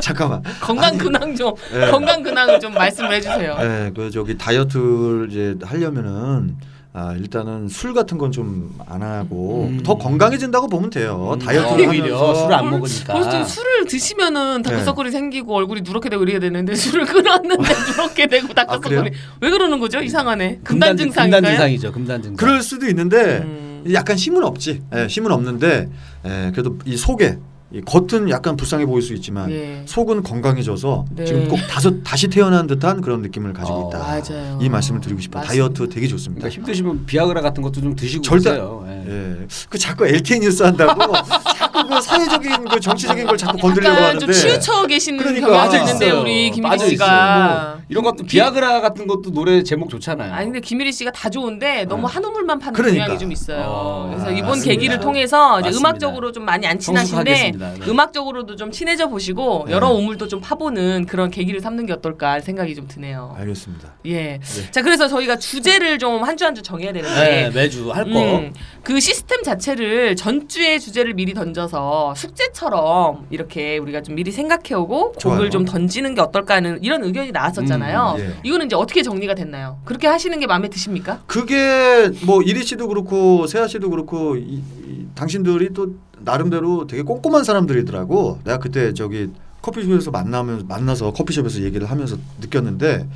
잠깐만
건강 근황 좀
네.
건강 근황을 좀 말씀을 해주세요.
예, 그 저기 다이어트를 이제 하려면은 아, 일단은 술 같은 건 좀 안 하고
음.
더 건강해진다고 보면 돼요.
음.
뭐
아,
다이어트를
오히려
하면서
술을 안
벌-
먹으니까. 네.
벌써 술을 드시면은 다크서클이 생기고 얼굴이 누렇게 되고 이래야 되는데 술을 끊었는데
아,
누렇게 되고 다크서클이
그래요?
왜 그러는 거죠? 이상하네.
금단
금단
증상 금단
증상인가요?
증상이죠. 금단 증상.
그럴 수도 있는데
음.
약간 힘은 없지. 예, 힘은 없는데 예, 그래도 이 속에 이 겉은 약간 불쌍해 보일 수 있지만
예.
속은 건강해져서
네.
지금 꼭 다소, 다시 태어난 듯한 그런 느낌을 가지고
어,
있다.
맞아요.
이 말씀을 드리고 싶어요.
맞습니다.
다이어트 되게 좋습니다.
그러니까 힘드시면 비아그라 같은 것도 좀 드시고
절대-
그러세요. 예.
예. 그 자꾸 LTE 뉴스 한다고 자꾸 그 사회적인 그 정치적인 걸 자꾸 건드리려고
약간 좀
하는데
치우쳐 계시는
그러니까.
경향이
빠져
있는데
있어요.
우리 김민희
빠져 있어요.
씨가
뭐 이런 것도 비아그라 같은 것도 노래 제목 좋잖아요.
아니 근데 김일희 씨가 다 좋은데 너무 한우물만 파는
그러니까.
경향이 좀 있어요.
네. 어,
그래서
아,
이번
맞습니다.
계기를 통해서 이제
맞습니다.
음악적으로 좀 많이 안 친하신데
성숙하겠습니다. 네.
음악적으로도 좀 친해져 보시고
네.
여러 우물도 좀 파보는 그런 계기를 삼는 게 어떨까 생각이 좀 드네요.
알겠습니다.
예.
네.
자 그래서 저희가 주제를 좀 한 주 한 주 정해야
네,
되는데
매주 할 거.
네.
음, 그 시스템 자체를 전주의 주제를 미리 던져서 숙제처럼 이렇게 우리가 좀 미리 생각해오고
좋아요.
곡을 좀 던지는 게 어떨까 하는 이런 의견이 나왔었잖아요.
음, 예.
이거는 이제 어떻게 정리가 됐나요? 그렇게 하시는 게 마음에 드십니까?
그게 뭐 이리 씨도 그렇고 세아 씨도 그렇고 이, 이, 당신들이 또 나름대로 되게 꼼꼼한 사람들이더라고. 내가 그때 저기 커피숍에서 만나면 만나서 커피숍에서 얘기를 하면서 느꼈는데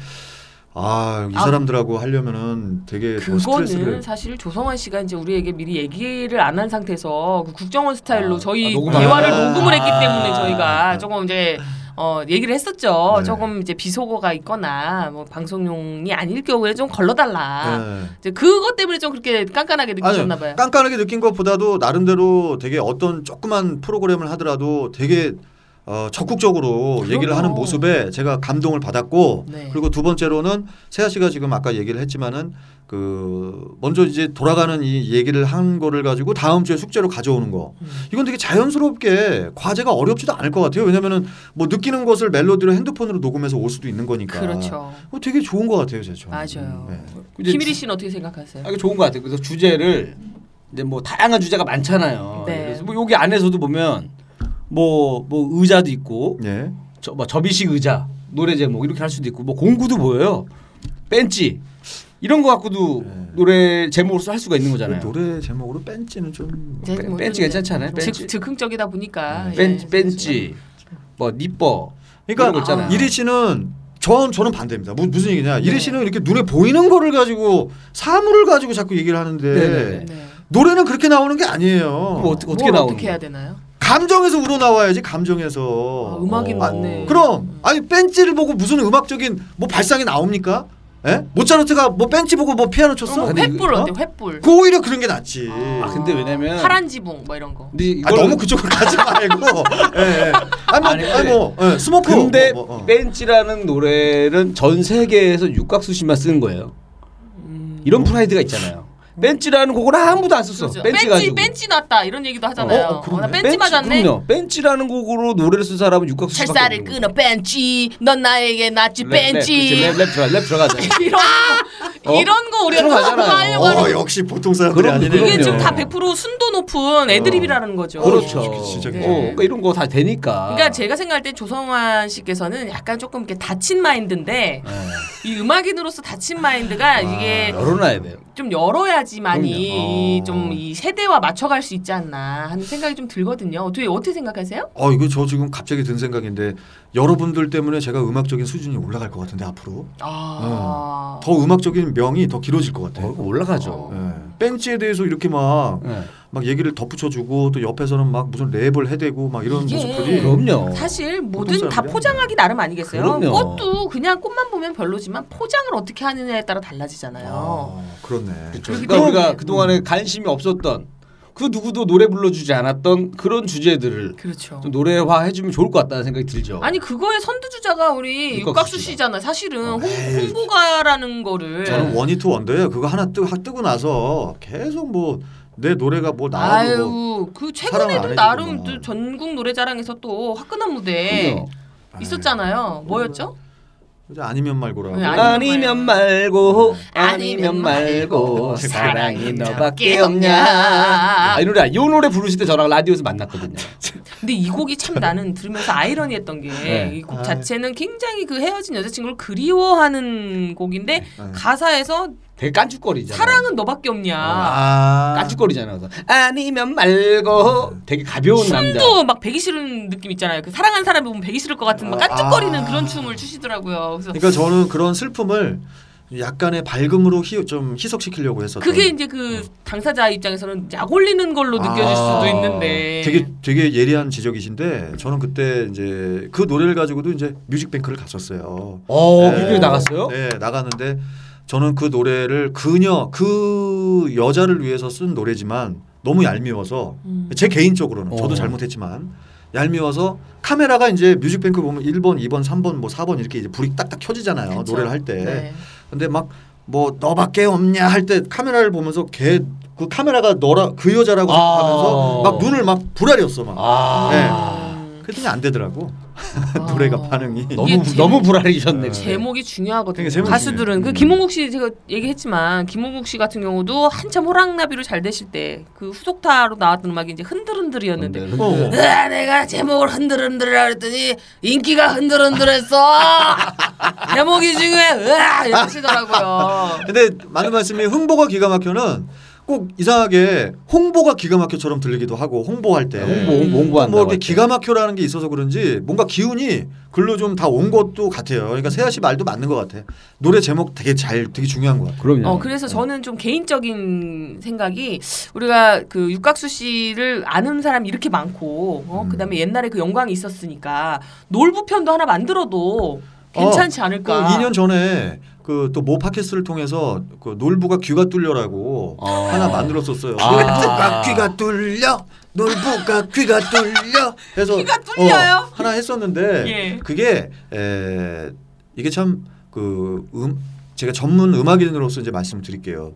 아 이
아.
사람들하고 하려면은 되게 네, 더
그거는
스트레스를
사실 조성환 씨가 이제 우리에게 미리 얘기를 안 한 상태에서 그 국정원 스타일로
아,
저희
아, 녹음을
대화를
안
녹음을 했기
아.
때문에 저희가 조금 이제 어, 얘기를 했었죠.
네.
조금 이제 비속어가 있거나 뭐 방송용이 아닐 경우에 좀 걸러달라.
네.
이제 그것 때문에 좀 그렇게 깐깐하게 느끼셨나
아니요.
봐요.
깐깐하게 느낀 것보다도 나름대로 되게 어떤 조그만 프로그램을 하더라도 되게 어, 적극적으로 얘기를 하는 모습에 제가 감동을 받았고
네.
그리고 두 번째로는 세아 씨가 지금 아까 얘기를 했지만은 그 먼저 이제 돌아가는 이 얘기를 한 거를 가지고 다음 주에 숙제로 가져오는 거
음.
이건 되게 자연스럽게 과제가 어렵지도 않을 것 같아요 왜냐면은 뭐 느끼는 것을 멜로디로 핸드폰으로 녹음해서 올 수도 있는 거니까
그렇죠.
어, 되게 좋은 것 같아요 제 처음
맞아요.
네.
이제
김일희 씨는 어떻게 생각하세요?
아, 이거 좋은 것 같아요. 그래서 주제를 이제 뭐 다양한 주제가 많잖아요.
네.
그래서 뭐 여기 안에서도 보면 뭐 뭐 의자도 있고
예.
저, 뭐 접이식 의자 노래 제목 이렇게 할 수도 있고 뭐 공구도 보여요. 벤치 이런 거 갖고도
네.
노래 제목으로서 할 수가 있는 거잖아요.
노래 제목으로 뺀지는 좀
이제
네, 뺀-
뭐
벤치
좀
괜찮지 않아요?
즉-
벤치.
즉흥적이다 보니까
네.
벤치,
예.
벤치 뭐 니뻐 이런 거
그러니까
있잖아요.
이리 씨는 전 저는 반대입니다. 무, 무슨 얘기냐?
네.
이리 씨는 이렇게 눈에 보이는 거를 가지고 사물을 가지고 자꾸 얘기를 하는데
네네.
네.
노래는 그렇게 나오는 게 아니에요.
뭐 어떻게 어떻게
뭘
나오는
어떻게
거야?
해야 되나요?
감정에서 우러 나와야지
아,
감정에서. 아,
음악이
어.
맞네.
그럼 아니 벤치를 보고 무슨 음악적인 뭐 발상이 나옵니까? 예? 모차르트가 뭐 벤치 보고 뭐 피아노 쳤어?
근데
횃불
이거-
어때? 횃불.
그 오히려 그런 게 낫지.
아, 근데 왜냐면
파란 지붕 뭐 이런 거.
근데
아,
이걸
너무 그쪽으로 가지 말고. 예, 예. 아니 뭐,
아니, 근데-
아니, 뭐 예, 스모크.
근데
뭐, 뭐, 어.
벤치라는 노래는 전 세계에서 육각수 씨만 쓴 거예요.
음.
이런 프라이드가 있잖아요. 벤치라는 곡을 아무도 안 썼어.
그렇죠.
벤치
벤치
가지고.
벤치 났다 이런 얘기도 하잖아요.
어, 어, 그러네.
나 벤치 맞았네.
그럼요. 벤치라는 곡으로 노래를 쓴 사람은 육각수 씨밖에
찰싸를 끊어 벤치. 넌 나에게 낫지 벤치.
랩, 랩, 랩, 들어가, 랩 들어가자.
이런 거,
어?
이런 거 우리가 다
들어가잖아요.
하려고
어,
어,
하는.
역시 보통 사람들이
그럼요,
아니네.
이게 지금
그럼요.
다 100% 순도 높은 애드립이라는 거죠.
그렇죠.
어, 진짜
어,
그래.
그러니까 이런 거 다 되니까.
그러니까 제가 생각할 때 조성환 씨께서는 약간 조금 이렇게 닫힌 마인드인데
네.
이 음악인으로서 닫힌 마인드가 이게
열어놔야 돼요.
좀 열어야지만이
아. 그럼요. 어.
좀 이 세대와 맞춰갈 수 있지 않나 하는 생각이 좀 들거든요. 어떻게 어떻게 생각하세요?
어 이거 저 지금 갑자기 든 생각인데 여러분들 때문에 제가 음악적인 수준이 올라갈 것 같은데 앞으로
음.
아,
더 음악적인 명이 더 길어질 것 같아요.
어, 올라가죠.
예. 벤치에 대해서 이렇게 막 막
음.
예.
얘기를 덧붙여주고 또 옆에서는 막 무슨 랩을 해대고 막 이런
이게
모습들이
그럼요.
사실 뭐든 다
사람이야.
포장하기 나름 아니겠어요.
어, 그럼요.
꽃도 그냥 꽃만 보면 별로지만 포장을 어떻게 하느냐에 따라 달라지잖아요.
아, 그렇네.
그러니까
때문에-
우리가 그동안에 관심이 없었던 그 누구도 노래 불러주지 않았던 그런 주제들을
그렇죠.
좀 노래화 해주면 좋을 것 같다는 생각이 들죠.
아니 그거의 선두주자가 우리
육각수
육각수
씨가.
씨잖아요. 사실은 홍,
에이.
홍보가라는 거를
저는 원히트 원더예요. 그거 하나 뜨, 하- 뜨고 나서 계속 뭐 내 노래가 뭐 나와도 뭐
아유 그
사랑을 안
최근에도
해주구나.
나름 또 전국 노래자랑에서 또 화끈한 무대
그럼요.
있었잖아요. 뭐였죠?
이제 아니면 말고라.
네, 아니-
아니면 말고 아니면 말고 사랑이 너밖에 없냐 아, 이 노래 이 노래 부르실 때 저랑 라디오에서 만났거든요
근데 이 곡이 참
네.
나는 들으면서 아이러니했던 게 이
네.
곡
아유.
자체는 굉장히 그 헤어진 여자친구를 그리워하는 곡인데
아유.
가사에서
되게 깐죽거리잖아
사랑은 너밖에 없냐.
네. 아.
깐죽거리잖아 그래서 아니면 말고 되게 가벼운 남자
춤도 막 배기 싫은 느낌 있잖아요. 그 사랑하는 사람이 보면 배기 싫을 것 같은 막 깐죽거리는
아.
그런 춤을 추시더라고요. 그래서
그러니까 저는 그런 슬픔을 약간의 밝음으로 희, 좀 희석시키려고 했었던.
그게 이제 그 당사자 입장에서는 약 올리는 걸로 느껴질
아,
수도 있는데
되게
네.
되게 예리한 지적이신데 저는 그때 이제 그 노래를 가지고도 이제 뮤직뱅크를 갔었어요.
어 뮤비에 나갔어요?
네 나갔는데 저는 그 노래를 그녀 그 여자를 위해서 쓴 노래지만 너무 얄미워서
음.
제 개인적으로는 저도
어.
잘못했지만 얄미워서 카메라가 이제 뮤직뱅크 보면 1번, 2번, 3번, 뭐 4번 이렇게 이제 불이 딱딱 켜지잖아요
그쵸.
어, 노래를 할 때.
네.
근데 막 뭐 너밖에 없냐 할 때 카메라를 보면서 걔 그 카메라가 너라 그 여자라고
아.
하면서 막 눈을 막 불아렸어 막.
아
그랬더니 안 되더라고
아.
노래가 반응이.
너무
이게 제-
너무 불안해지셨네
제목이 중요하거든요.
그러니까 제목이
가수들은
중요해요.
그
음.
김홍국 씨 제가 얘기했지만 김홍국 씨 같은 경우도 한참 호랑나비로 잘 되실 때 그 후속타로 나왔던 음악이 이제 흔들흔들이었는데
근데-
어.
으아, 내가 제목을 흔들흔들이라 그랬더니 인기가 흔들흔들했어. 제목이 중요해. 으아 이러시더라고요.
근데 많은 말씀이 흥보가 기가 막혀는 꼭 이상하게 홍보가 기가 막혀처럼 들리기도 하고 홍보할 때
홍보 홍보 홍보한다.
뭐 이렇게 기가 막혀라는 게 있어서 그런지 뭔가 기운이 글로 좀 다 온 것도 같아요. 그러니까 세아 씨 말도 맞는 것 같아. 노래 제목 되게 잘 되게 중요한 것 같아.
그럼요.
어 그래서 저는 좀 개인적인 생각이 우리가 그 육각수 씨를 아는 사람이 이렇게 많고 어 그다음에 옛날에 그 영광이 있었으니까 놀부 편도 하나 만들어도 괜찮지
그
않을까?
2년
음.
전에 그 또 모 팟캐스트를 통해서 그 놀부가 귀가 뚫려라고
아.
하나 만들었었어요.
아.
놀부가 귀가 뚫려. 놀부가 귀가 뚫려. 해서
귀가 뚫려요?
어, 하나 했었는데
예.
그게 에, 이게 참그 음, 제가 전문 음악인으로서 이제 말씀을 드릴게요.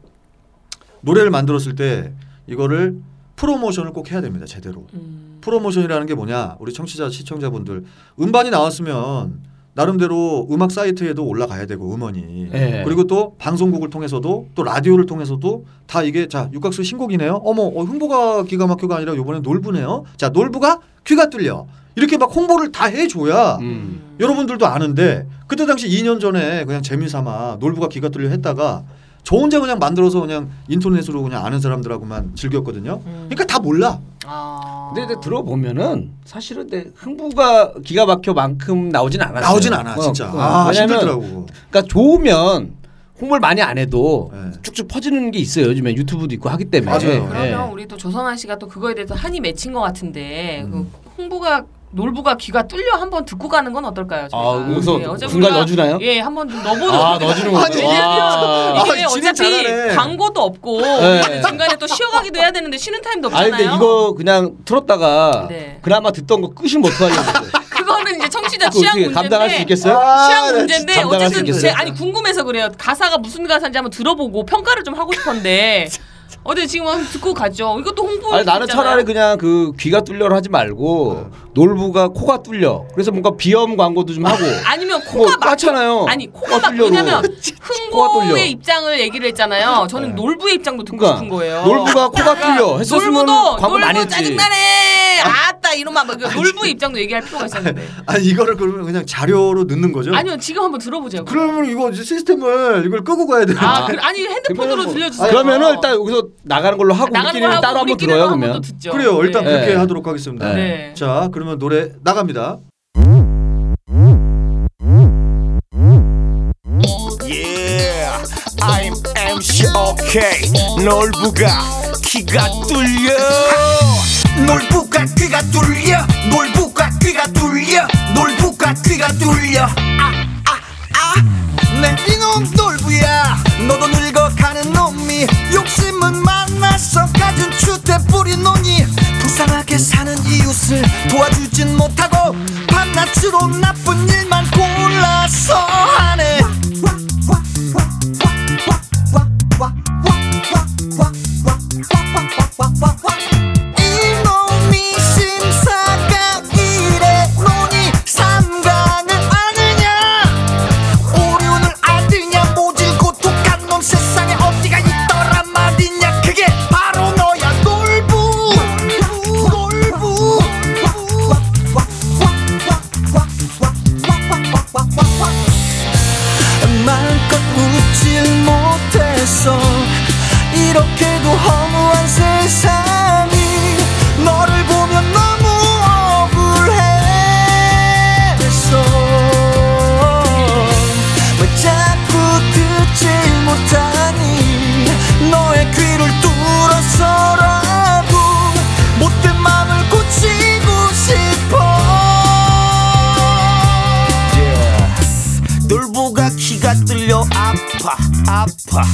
노래를 만들었을 때 이거를 프로모션을 꼭 해야 됩니다. 제대로.
음,
프로모션이라는 게 뭐냐? 우리 청취자 시청자분들 음반이 나왔으면 나름대로 음악 사이트에도 올라가야 되고 음원이
예.
그리고 또 방송국을 통해서도 또 라디오를 통해서도 다 이게 자 육각수 신곡이네요. 어머 어, 흥보가 기가 막혀가 아니라 요번에 놀부네요. 자 놀부가 귀가 뚫려 이렇게 막 홍보를 다 해줘야
음.
여러분들도 아는데 그때 당시 2년 전에 그냥 재미삼아 놀부가 귀가 뚫려 했다가 저 혼자 그냥 만들어서 그냥 인터넷으로 그냥 아는 사람들하고만 즐겼거든요.
음.
그러니까 다 몰라.
아.
근데, 근데 들어보면은 사실은 내 흥부가 기가 막혀만큼 나오진 않았어요.
나오진 않아 진짜.
어, 어.
아
왜냐면
힘들더라고.
그러니까 좋으면 홍보를 많이 안 해도
네.
쭉쭉 퍼지는 게 있어요. 요즘에 유튜브도 있고 하기 때문에. 네.
맞아요.
네,
예.
그러면 우리 또 조성환 씨가 또 그거에 대해서 한이 맺힌 것 같은데
음.
그 홍보가 놀부가 귀가 뚫려 한번 듣고 가는 건 어떨까요? 저희가?
아, 그래서
예, 어제
중간에
우리가-
넣어주나요?
예, 한번 좀 넣어보는
아,
어떨까요?
넣어주는 거구나.
아니,
와.
왜냐면 이게
아, 진행
어차피
잘하네.
광고도 없고
네.
우리는 중간에 또 쉬어가기도 해야 되는데 쉬는 타임도
아니
없잖아요.
근데 이거 그냥 틀었다가
네.
그나마 듣던 거 끄시면 어떡하려고.
그거는 이제 청취자
그거
취향
어떻게
문제인데
감당할 수 있겠어요?
아,
취향
나
문제인데
진짜 감당할 수
어쨌든 제
있겠어요?
아니 궁금해서 그래요. 가사가 무슨 가사인지 한번 들어보고 평가를 좀 하고 싶은데 어제 지금 한번 듣고 갔죠. 이것도 홍보.
아니 나는 차라리 그냥 그 귀가 뚫려를 하지 말고
네.
놀부가 코가 뚫려. 그래서 뭔가 비염 광고도 좀 하고.
아니면
뭐
코가 막
꽉잖아요.
아니 코가 막
뚫려로.
왜냐면
코가 뚫려. 네.
흥고의 입장을 얘기를 했잖아요. 저는 놀부의 입장도 듣고
그러니까
싶은 거예요. 그러니까
놀부가 코가 뚫려 했었으면
놀부도
광고 많이
놀부
했지.
짜증나네. 아따 이놈아 막 놀부 의 입장도 얘기할 필요가 있었는데.
아니 이거를 그러면 그냥 자료로 넣는 거죠?
아니요 지금 한번 들어보세요.
그러면 이거 이제 시스템을 이걸 끄고 가야 돼요.
아, 그, 아니 핸드폰으로
그러니까. 그러면은 뭐-
들려주세요. 어.
그러면은 일단 여기서 나가는 걸로 하고
나가는 거
우리끼리는
하고
따로 한번
우리끼리는
들어요
한번
그러면.
또 듣죠.
그래요. 일단
네.
그렇게 하도록 하겠습니다.
네.
자, 그러면 노래 나갑니다.
Yeah, I'm MC OK. 놀부가 귀가 뚫려. 놀부가 귀가 뚫려. 놀부가 귀가 뚫려. 놀부가 귀가 뚫려. 아, 아, 아. 내 이놈 놀부야. 너도 늙어가는 놈이 욕심은 만나서 가진 주택 뿌리노니 불쌍하게 사는 이웃을 도와주진 못하고 밤낮으로 나쁜 일만 골라서 하네. 이놈이 심사가 이래 노니 삼강을 아느냐 오륜을 알드냐 모질 고독한 놈 세상에 어디가 있더란 말이냐 그게 바로 너야 놀부 놀부 놀부 마음껏 웃질 못해서 이렇게도 허무한 세상이 너를 보면 너무 억울해서 왜 자꾸 듣질 못하니 너의 귀를 뚫어서라도 못된 마음을 고치고 싶어 놀보가 키가 뚫려 아파 아파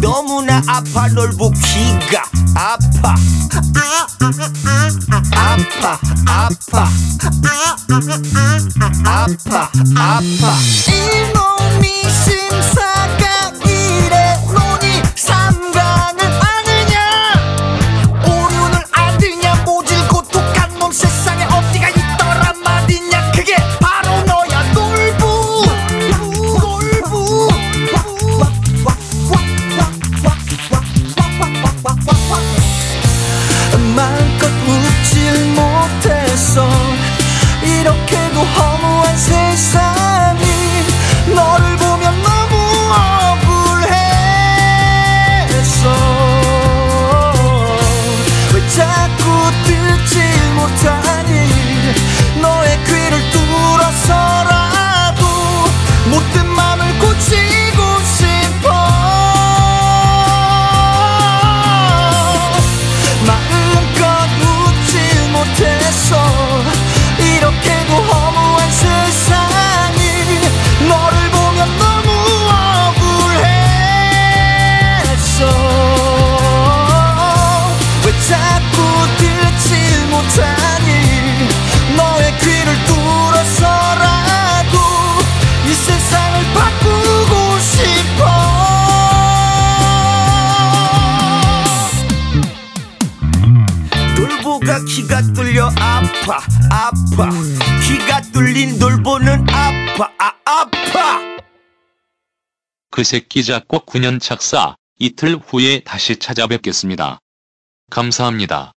너무나 아파 놀보 키가 아파 아, 아, 아, 아, 아파 아파 아파 아파 이놈이 심사가 이래 노니 삼간을 아느냐 오륜을 아느냐 모질 고독한 놈 세상에 어디가 있더란 말이냐 그게 바로 너야 놀부 놀부 마음껏 웃질 못해서 이렇게도 허무한 세상이 너를 보면 너무 놀보가 키가 뚫려 아파 아파 키가 뚫린 놀보는 아파 아 아파
그 새끼 작곡 9년 착사 이틀 후에 다시 찾아뵙겠습니다. 감사합니다.